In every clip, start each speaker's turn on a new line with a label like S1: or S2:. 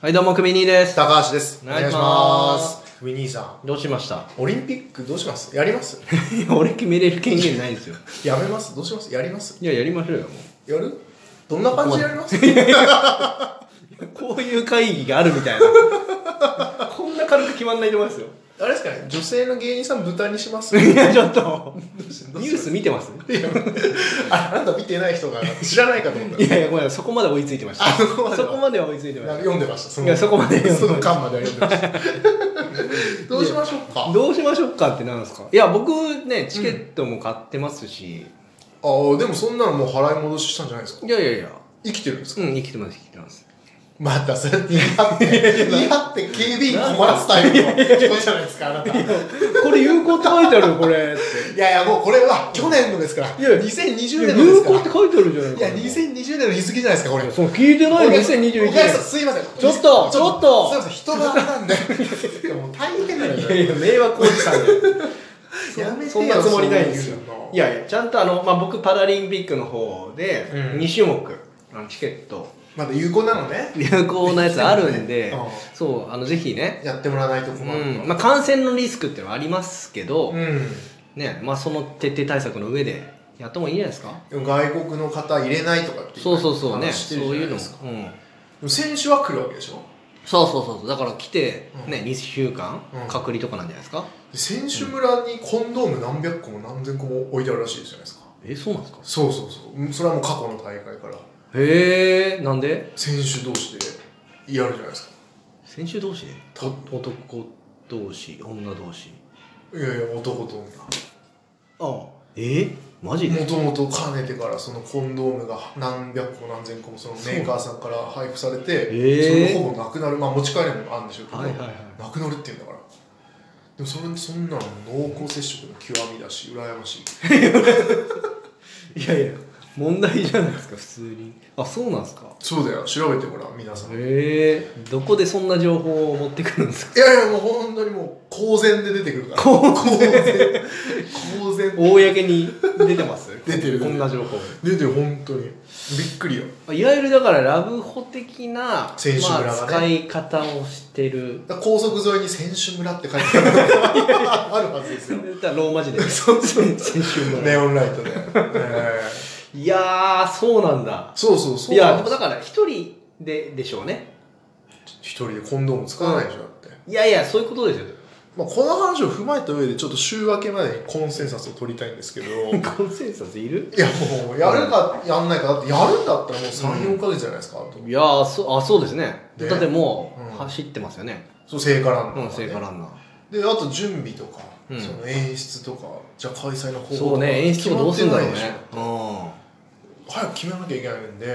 S1: はい、どうも、クミニーです。
S2: 高橋です
S1: お願いします
S2: ウィニーさ
S1: どうしました
S2: んオリンピックどうしますやります
S1: 俺決めれる権限ないですよ。
S2: やめますどうしますやります
S1: いや、やりましょうよ、も
S2: やるどんな感じでやります
S1: う。こういう会議があるみたいな。 こんな軽く決まんないと思いますよ。
S2: あれですかね女性の芸人さん豚にします
S1: いや、ちょっと、
S2: どう
S1: ニ
S2: し
S1: ュース見てます
S2: ああなた見てない人が知らないかと思っ
S1: い
S2: た
S1: やいや、ごめん、そこまで追いついてました。
S2: あそこまでは
S1: そこまでは追いついてま
S2: なんか
S1: し
S2: 読んでましたそ
S1: いやそこまで読んで
S2: そ
S1: まし
S2: の
S1: た
S2: 間までは読んでましたどうしましょうか
S1: た。どうしましょうかってなんですかいや、僕ね、チケットも買ってますし、
S2: ああでもそんなのもう払い戻ししたんじゃないですか
S1: いやいやいや、
S2: 生きてるんですか
S1: うん、生きてます、生きてます。
S2: またそうやって言い張って 言い張って警備員困らすタイプの人じゃないですかあなた
S1: これ有効って書いてあるよ、これって。
S2: いやいやもうこれは去年のですから
S1: いや
S2: 2020年ので
S1: 有
S2: すか
S1: 効っ
S2: ら
S1: て書いてあるじゃない
S2: い
S1: か
S2: や
S1: な。
S2: 2020年の日付じゃないですかこれ
S1: そう、聞いてないよ、
S2: お
S1: 2021
S2: 客
S1: 年
S2: さん。すいません
S1: ちょっとちょっと
S2: すいません人があれなんでいやもう大変なの
S1: い
S2: よ
S1: やいや、迷惑おじさんだよ
S2: やめてよ
S1: そんなつもりないんですよ
S2: そういうの。
S1: いやいや、ちゃんとあの、まあ、僕、パラリンピックの方で、
S2: うん
S1: 2種目、あのチケット、
S2: まだ有効なのね
S1: 有効なやつあるんで、
S2: うん
S1: そう、あの、ぜひね、
S2: やってもらわないと
S1: う
S2: 困る
S1: ん、まあ、感染のリスクっていうのはありますけど、
S2: うん
S1: ね、まあ、その徹底対策の上で、やった方がいいんじゃないですか
S2: でも外国の方入れないとかってい
S1: そうそうそうね、
S2: 話して
S1: そう
S2: るじ
S1: いうの
S2: ゃなで
S1: も。
S2: すか
S1: うん
S2: でも選手は来るわけでしょ
S1: そうそうそうそう、だから来て、
S2: うん
S1: ね、2週間
S2: うん、
S1: 隔離とかなんじゃないですか、
S2: で選手村にコンドーム何百個も何千個も置いてあるらしいじゃないですか
S1: え、そうなんですか
S2: そうそうそううんそれはもう過去の大会から
S1: へえ、なんで
S2: 選手同士でやるじゃないですか
S1: 先週同士で
S2: た
S1: 男同士女同士
S2: いやいや男と女
S1: ああえマジ
S2: も
S1: で
S2: ともとかねてからそのコンドームが何百個何千個もそのメーカーさんから配布されてそ,、
S1: へー
S2: れがほぼなくなるまあ持ち帰るのもあるんでしょうけど、
S1: はいはいはい
S2: なくなるっていうんだからでもそれそんなの濃厚接触の極みだし羨ましい
S1: いやいや問題じゃないですか普通にあそうなんですか
S2: そうだよ調べてごらん皆さんい
S1: へえどこでそんな情報を持ってくるんですか
S2: やいやもう本当にもう公然で出てくるから
S1: 公然
S2: 公然
S1: 公に 出てます
S2: 出てる
S1: こんな情報
S2: 出てる本当にびっくりよ
S1: いわゆるだからラブホ的な、
S2: 選手村がね
S1: まあ、使い方をしてる
S2: だから高速沿いに選手村 って書いてあるあるはずです
S1: そ
S2: よ
S1: れだ ローマ字で、ね、 そうそう先週の、
S2: ネオンライトで、 ね
S1: いやーそうなんだ
S2: そうそうそう
S1: い
S2: い
S1: やでもだから一人ででしょうね
S2: 一人でコンドーム使わないでしょだって、
S1: いやいや、そういうことですよ。
S2: まあ、この話を踏まえた上でちょっと週明けまでにコンセンサスを取りた いんですけどい
S1: コンセンサスいる
S2: やもうやるかやんないかだってやるんだったらもう
S1: う
S2: 34
S1: ん
S2: か月じゃないですか、あと
S1: いやーそ、あ、そうですね。
S2: ね
S1: だっても
S2: うん
S1: う、走ってますよね。
S2: そう聖火ランナ
S1: うん、
S2: ーとか
S1: 聖
S2: ね
S1: 火ランナー。
S2: であと準備とか、
S1: うん
S2: その演出とかじゃあ開催の方法とか
S1: そうね、演出もどうするんだろうね
S2: 決まってないでし。
S1: う
S2: ょ早く決めなきゃいけ ないんで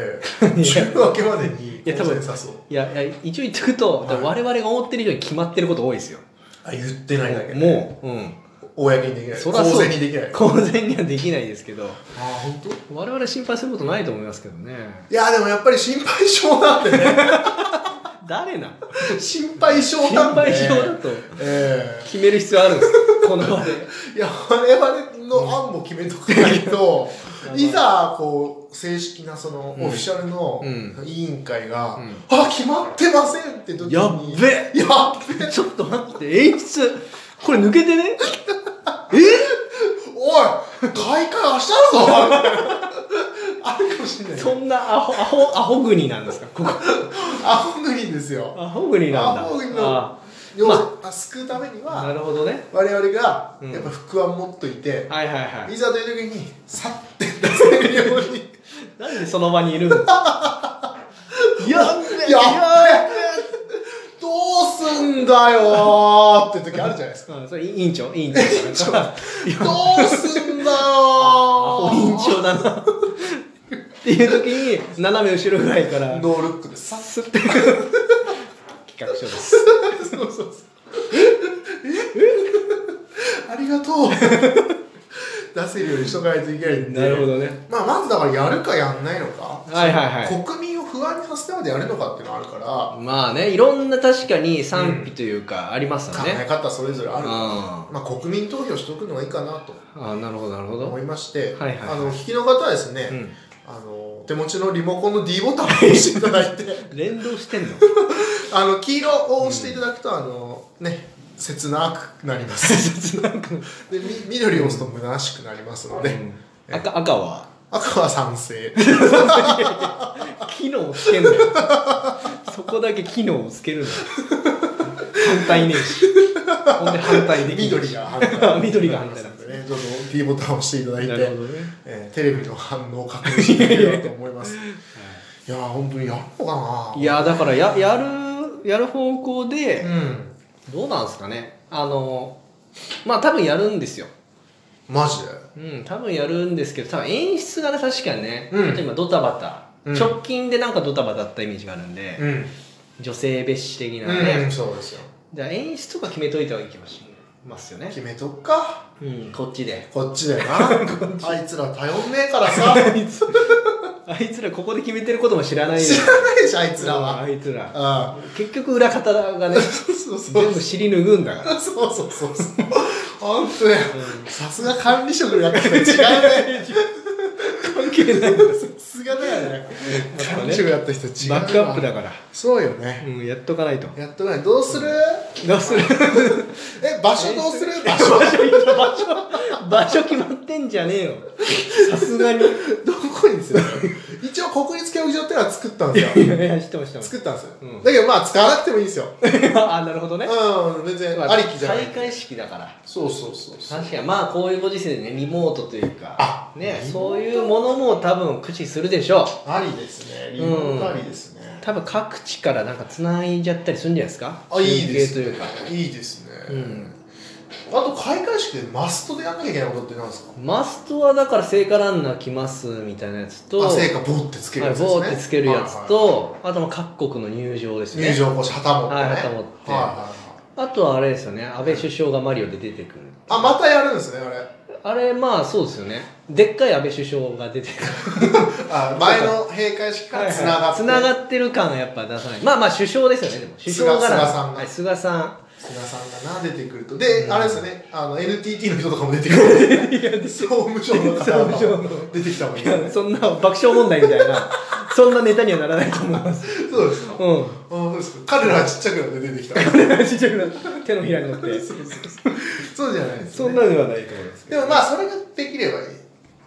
S1: いや
S2: 週明けまでに
S1: いや多
S2: コン
S1: 分
S2: センサスを
S1: ん。いや、いや一応言っとくと、
S2: はい
S1: 我々が思ってる以上に決まってること多いですよ。
S2: あ言ってないだけで
S1: もう、うん。
S2: 公にできない
S1: そらそう
S2: 公然にできないあ
S1: 公然にはできないですけど、
S2: あ本当
S1: 我々心配することないと思いますけどね。
S2: いやでもやっぱり心配性なんでね
S1: 誰なの
S2: 心配性
S1: 心
S2: なんで
S1: 配性だと
S2: え
S1: 決める必要あるんですかこの 場で。
S2: えいや我々の案も決めとかないと、
S1: うん
S2: いざこう正式なそのオ
S1: うん
S2: フィシャルの
S1: う
S2: 委員会が「
S1: うん
S2: あ決まってません」って時に
S1: やっべ
S2: やっべ
S1: ちょっと待って、演出、これ抜けてねえ
S2: おい開会明日だぞあるかもしれない
S1: そんなアホ、アホ、アホ国なんですかここ。
S2: アホグリーンですよ
S1: アホ国なんだ。
S2: アホ国の
S1: あ
S2: 要は、救うために
S1: あな
S2: は
S1: るほどね。
S2: 我々が
S1: うん
S2: やっぱ福安持っといて、
S1: はいはいはいい。
S2: ざという時にさって出せるように
S1: なんでその場にいるんですかやっべ
S2: やっ
S1: や
S2: どうすんだよーって時あるじゃないですか
S1: べうん、それ委員長委員長かな。
S2: どうすんだよー
S1: アホ 委員長だな。っていう時に、斜め後ろぐらいから、
S2: ノールックでさっ
S1: すって。企画書です。
S2: てそうそうそうええありがとう 出せるようにしとかないといけないんで
S1: なるほどね。
S2: まあまずだからやるかやんないのか
S1: はいはいはい。
S2: 国民を不安にさせてまでやるのかっていうのがあるか
S1: まあね、いろんな確かに賛否というか、ありますよ
S2: ら、考え
S1: ね。
S2: 方それぞれあるから
S1: あ
S2: まあ、国民投票しておくのがいいかなと
S1: あ、なるほどなるほど。
S2: 思いまして、
S1: はいはいはい
S2: あの聞きの方はですね、
S1: うん
S2: あのお手持ちのリモコンの D ボタンを押していただいて
S1: 連動してんの
S2: あの黄色を押していただくと、あのね切なくなりま す
S1: なんか、
S2: でみ緑を押すと虚しくなりますので、
S1: 赤赤は
S2: 赤は賛成
S1: 機能をつけんだ よそこだけ機能をつけるんだよ反対ねえしほんで反対できない
S2: 緑が反対
S1: 緑が反対なん
S2: ですねちょっと D ボタンを押していただい
S1: な
S2: て、
S1: るほどね
S2: えーテレビの反応を確認していただければと思いますいやー本当にやるのかない
S1: いやだからややるやる方向で、
S2: うん
S1: どうなんですかねあのまあ多分やるんですよ
S2: マジで
S1: うん多分やるんですけど多分演出がね確かにね、
S2: うん
S1: ちょっと今ドタバタ、
S2: うん
S1: 直近でなんかドタバタだったイメージがあるんで、
S2: ん、
S1: 女性蔑視的な
S2: う
S1: ね
S2: ん、、そうですよ
S1: じゃあ演出とか決めといた方がいいかもしれますよね
S2: 決めとくか
S1: うんこっちで
S2: こっ ちだよなあいつら頼んねえからさ
S1: あいつ あいつらここで決めてることも知らないよ
S2: 知らないしあいつら
S1: うん
S2: は
S1: あいつら
S2: あ
S1: 結局裏方がね
S2: そうそう
S1: 全部尻拭うんだから
S2: そうそうそうそう本当ねさすが管理職のやってたら違うね
S1: 関係ないんです
S2: さすがだよね
S1: またね
S2: 管理職やった人違う
S1: バ
S2: な
S1: ックアップだから、
S2: そうよね
S1: うん、やっとかないと
S2: やっとないどうする
S1: どうする
S2: え場所どうする場所
S1: 場所決まってんじゃねえよさすがにい
S2: どこにする一応国立競技場ってのは作ったんですよ
S1: やいや知ってました
S2: 作ったんですよ、
S1: うん
S2: だけどまあ使わなくてもいいんですよ
S1: あなるほどね
S2: うん全然ありきじゃない
S1: 開会式だから
S2: そうそうそうそう
S1: 確かにまあこういうご時世でねリモートというか
S2: あ
S1: ね
S2: リモート
S1: そういうものも多分駆使するでしょう
S2: ありですねリ
S1: うん
S2: モートありですね、
S1: 多分各地からなんか繋いじゃったりするんじゃないですか
S2: あいいです
S1: 中継
S2: ね
S1: というか
S2: いいですね、
S1: うん
S2: あと開会式でマストでやんなきゃいけないことってなんですか
S1: マストはだから聖火ランナー来ますみたいなやつと
S2: あ成果ボーってつける
S1: はい
S2: やつですね
S1: ボーってつけるやつ
S2: はいはい
S1: とあともう各国の入場ですね
S2: 入場講師旗持ってね
S1: はい旗持って
S2: はい
S1: あとはあれですよね安倍首相がマリオで出てくる
S2: はいはいあまたやるんですねあれ
S1: あれまあそうですよねでっかい安倍首相が出てくる
S2: あ前の閉会式からつながって
S1: 繋がってる感はやっぱ出さないまあまあ首相ですよねでも首相が
S2: 菅菅さんが
S1: はい、菅さん
S2: 菅さんがな出てくるとで、あれですよねあの NTT の人とかも出てくる、ね、総務省の方
S1: 総務省
S2: も出てきたもん
S1: い
S2: ね
S1: やそんな爆笑問題みたいなそんなネタにはならないと思います
S2: そうですか
S1: う
S2: あそうですか彼らはちっちゃくなって出てきた
S1: んちっちゃくなって手のひらに乗って
S2: そうじゃないです、ね、
S1: そんなのではないと思いますけ
S2: で
S1: ど
S2: もまあそれができればいい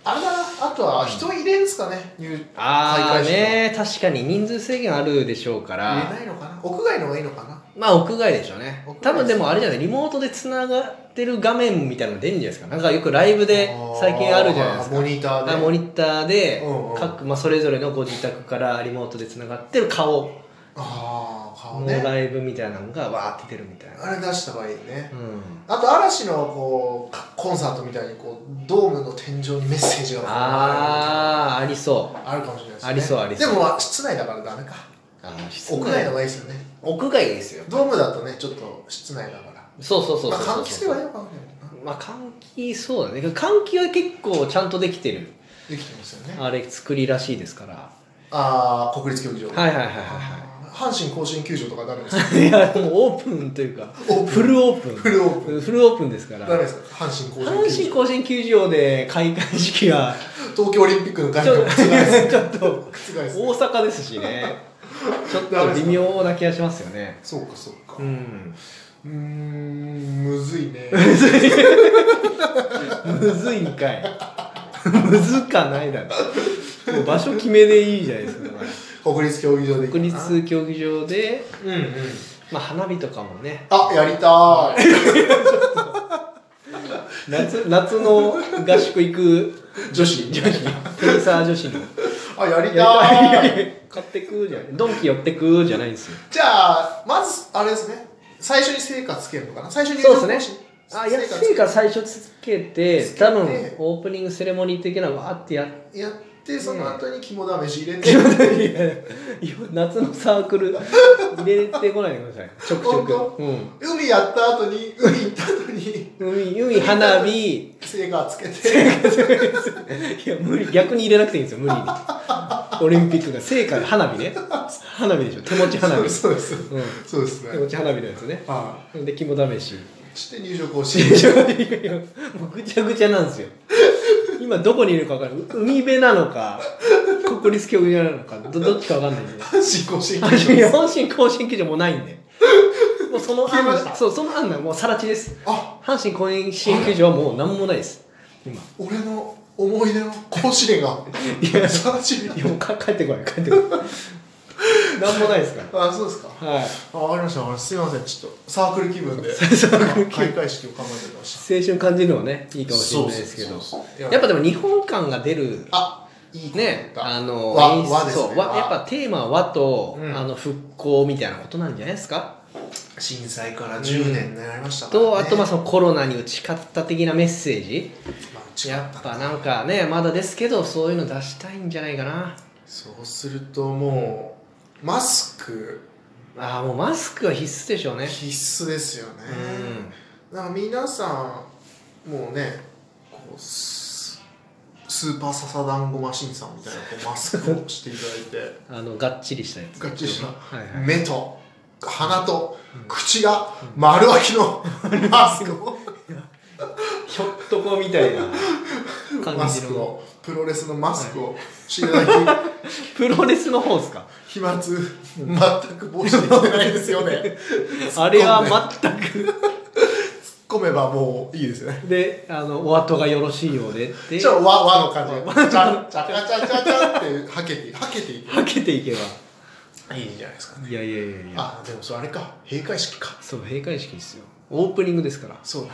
S2: あれだなあとは人入れんすかね、入
S1: ああ
S2: 開会式は
S1: ね確かに人数制限あるでしょうか
S2: 入れ
S1: ら
S2: ないのかな屋外の方がいいのかな
S1: まあ屋外でしょうね
S2: 屋外
S1: 多分でもあれじゃないリモートでつながってる画面みたいなの出るんじゃないですかなんかよくライブで最近あるじゃないですか
S2: あーモニターで
S1: あモニターで
S2: うんうん
S1: 各、まあ、それぞれのご自宅からリモートでつながってる顔
S2: ああ顔
S1: の
S2: ね
S1: ライブみたいなのがわーって出るみたいな、
S2: あれ出した方がいいね、
S1: うん、
S2: あと嵐のこうかコンサートみたいにこうドームの天井にメッセージがこう
S1: あーありそう
S2: あるかもしれないです
S1: あ
S2: ね
S1: りそうありそう
S2: でもまあ室内だからダメか
S1: あの室
S2: 屋外の方がいいですよね
S1: 屋外ですよ
S2: ドームだとねちょっと室内だから
S1: そうそうそうそう
S2: まあ換気すればいい
S1: い
S2: のかもしれないな
S1: まあ換気そうだね換気は結構ちゃんとできてる
S2: できてますよね
S1: あれ作りらしいですから
S2: ああ国立競技場
S1: はいはいはいはい
S2: 阪神甲子園球場とかダメで すか
S1: はいいやもうオープンというか
S2: オープン
S1: フルオープン
S2: フルオープ
S1: ンフルオープンですから
S2: ダメですか阪神甲子園
S1: 阪
S2: 球
S1: 神
S2: 場
S1: 甲子園球場で開会式は
S2: 東京オリンピックの概
S1: ちょ
S2: 念を覆 す
S1: ちょっと
S2: 覆す
S1: 大阪ですしねちょっと微妙な気がしますよね
S2: そうかそうか
S1: うん
S2: うーんむずい ね
S1: むずいんかいむずかないだろもう場所決めでいいじゃないですかだ から
S2: 国立競技場でいいかな
S1: 国立競技場で、
S2: うんうん
S1: まあ、花火とかもね
S2: あやりたい
S1: 夏 夏の合宿行く
S2: 女子
S1: 女子テニサー女子の
S2: あやり
S1: いやい
S2: た
S1: や
S2: い
S1: いや買ってくじゃないドンキ寄ってくじゃないんですよ
S2: じゃあまずあれですね最初に成果つけるのかな最初に
S1: そうですね
S2: あ
S1: あ
S2: や
S1: 安いから最初つけて
S2: つけて
S1: 多分オープニングセレモニー的なのわーってやっ
S2: やってその後に肝試し入れ
S1: い
S2: て
S1: や いやいや夏のサークル入れてこないでくださいちょくちょ
S2: 本
S1: く、うん、
S2: 海やった後に海行った後に
S1: 海海花火
S2: 成果つけて
S1: いや無理逆に入れなくていいんですよ無理にオリンピックが聖火で花火ね花火でしょ手持ち花火、、
S2: そううん そうですそうです
S1: 手
S2: ね
S1: 持ち花火のやつね
S2: は
S1: で肝 試し
S2: いそして入場講 師
S1: いやいやもうぐちゃぐちゃなんですよ今どこにいるか分からない海辺なのか国立競技場なのかどどっちかわかんないけど
S2: 阪神甲子園
S1: 阪
S2: 球
S1: 神
S2: 場
S1: 阪神甲子園球場もうないんでもうその
S2: 消えま
S1: 案
S2: した
S1: そうその案がもうさら地です
S2: あ
S1: 阪神甲子園球場はもう何もないです今
S2: 俺の思い出の甲子園が
S1: いや
S2: さら地になっ
S1: いや
S2: て
S1: もうか帰ってこい帰ってこい何もないですか
S2: あそうですから
S1: はい
S2: あわかりましたわかりましたすいませんちょっとサークル気分で開会式を考えてみました
S1: 青春感じるのはねいいかもしれないですけど
S2: そうそうそう
S1: やっぱでも日本感が出る
S2: あいいこと言っ
S1: ね
S2: た
S1: あの
S2: 和
S1: 演出
S2: 和です
S1: そ
S2: ね
S1: う和やっぱテーマは和と、
S2: うん
S1: あの復興みたいなことなんじゃないですか、
S2: 震災から10年になりましたから、ね
S1: とあとまあそのコロナに打ち勝った的なメッセージ
S2: まあ違
S1: や
S2: っ
S1: ったぱ
S2: な
S1: なんかねまだですけどそういうの出したいんじゃないかな
S2: そうするともうマスク
S1: ああもうマスクは必須でしょうね
S2: 必須ですよね
S1: う、ん
S2: なんか皆さんもうねこうススーパーササダンゴマシンさんみたいなこうマスクをしていただい て
S1: あのがっちりしたやつ
S2: がっちりした
S1: はいはい
S2: 目と鼻と口が丸開き のマスクを
S1: ひょっとこみたいな
S2: マ
S1: 感じ
S2: スク
S1: の
S2: をプロレスのマスクをしていただき
S1: プロレスの方ですか
S2: 飛沫全く防止できてないですよ ね
S1: あれは全く
S2: 込めばもういいですよね
S1: であのお後がよろしいようでって
S2: ちょっと和和の感 じ。ちゃちゃちゃちゃちゃちゃってはけてはけてい
S1: はけていけば
S2: く。いいじゃないですかね。
S1: いやいやいやいや
S2: あでもそれあれか閉会式か。
S1: そう閉会式ですよオープニングですから
S2: そうだ。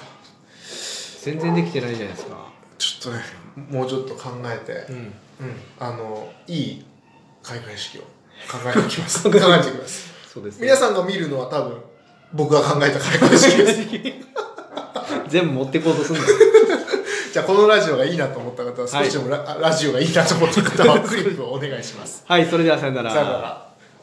S1: 全然できてないじゃないですか
S2: ちょっとねもうちょっと考えて、
S1: ん
S2: うん、あのいい開会式を考えていきます。 考えていきます。
S1: そうです
S2: 皆さんが見るのは多分僕が考えた開会式 です。
S1: 全部持ってこうとすんだ
S2: じゃあこのラジオがいいなと思った方は少しでもラ,、ラジオがいいなと思った方はクリップをお願いします。
S1: はいそれではさよなら
S2: さよなら。